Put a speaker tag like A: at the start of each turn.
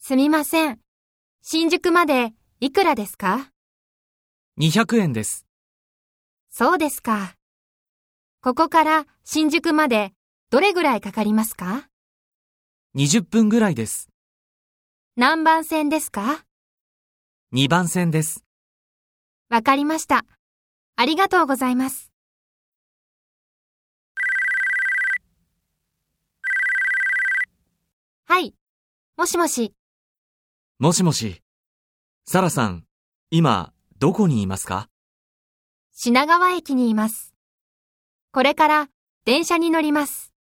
A: すみません。新宿までいくらですか
B: 200円です。
A: そうですか。ここから新宿までどれぐらいかかりますか
B: 20分ぐらいです。
A: 何番線ですか
B: 2番線です。
A: わかりました。ありがとうございます。はい。もしもし、
B: もしもし。サラさん、今、どこにいますか
A: 品川駅にいます。これから電車に乗ります。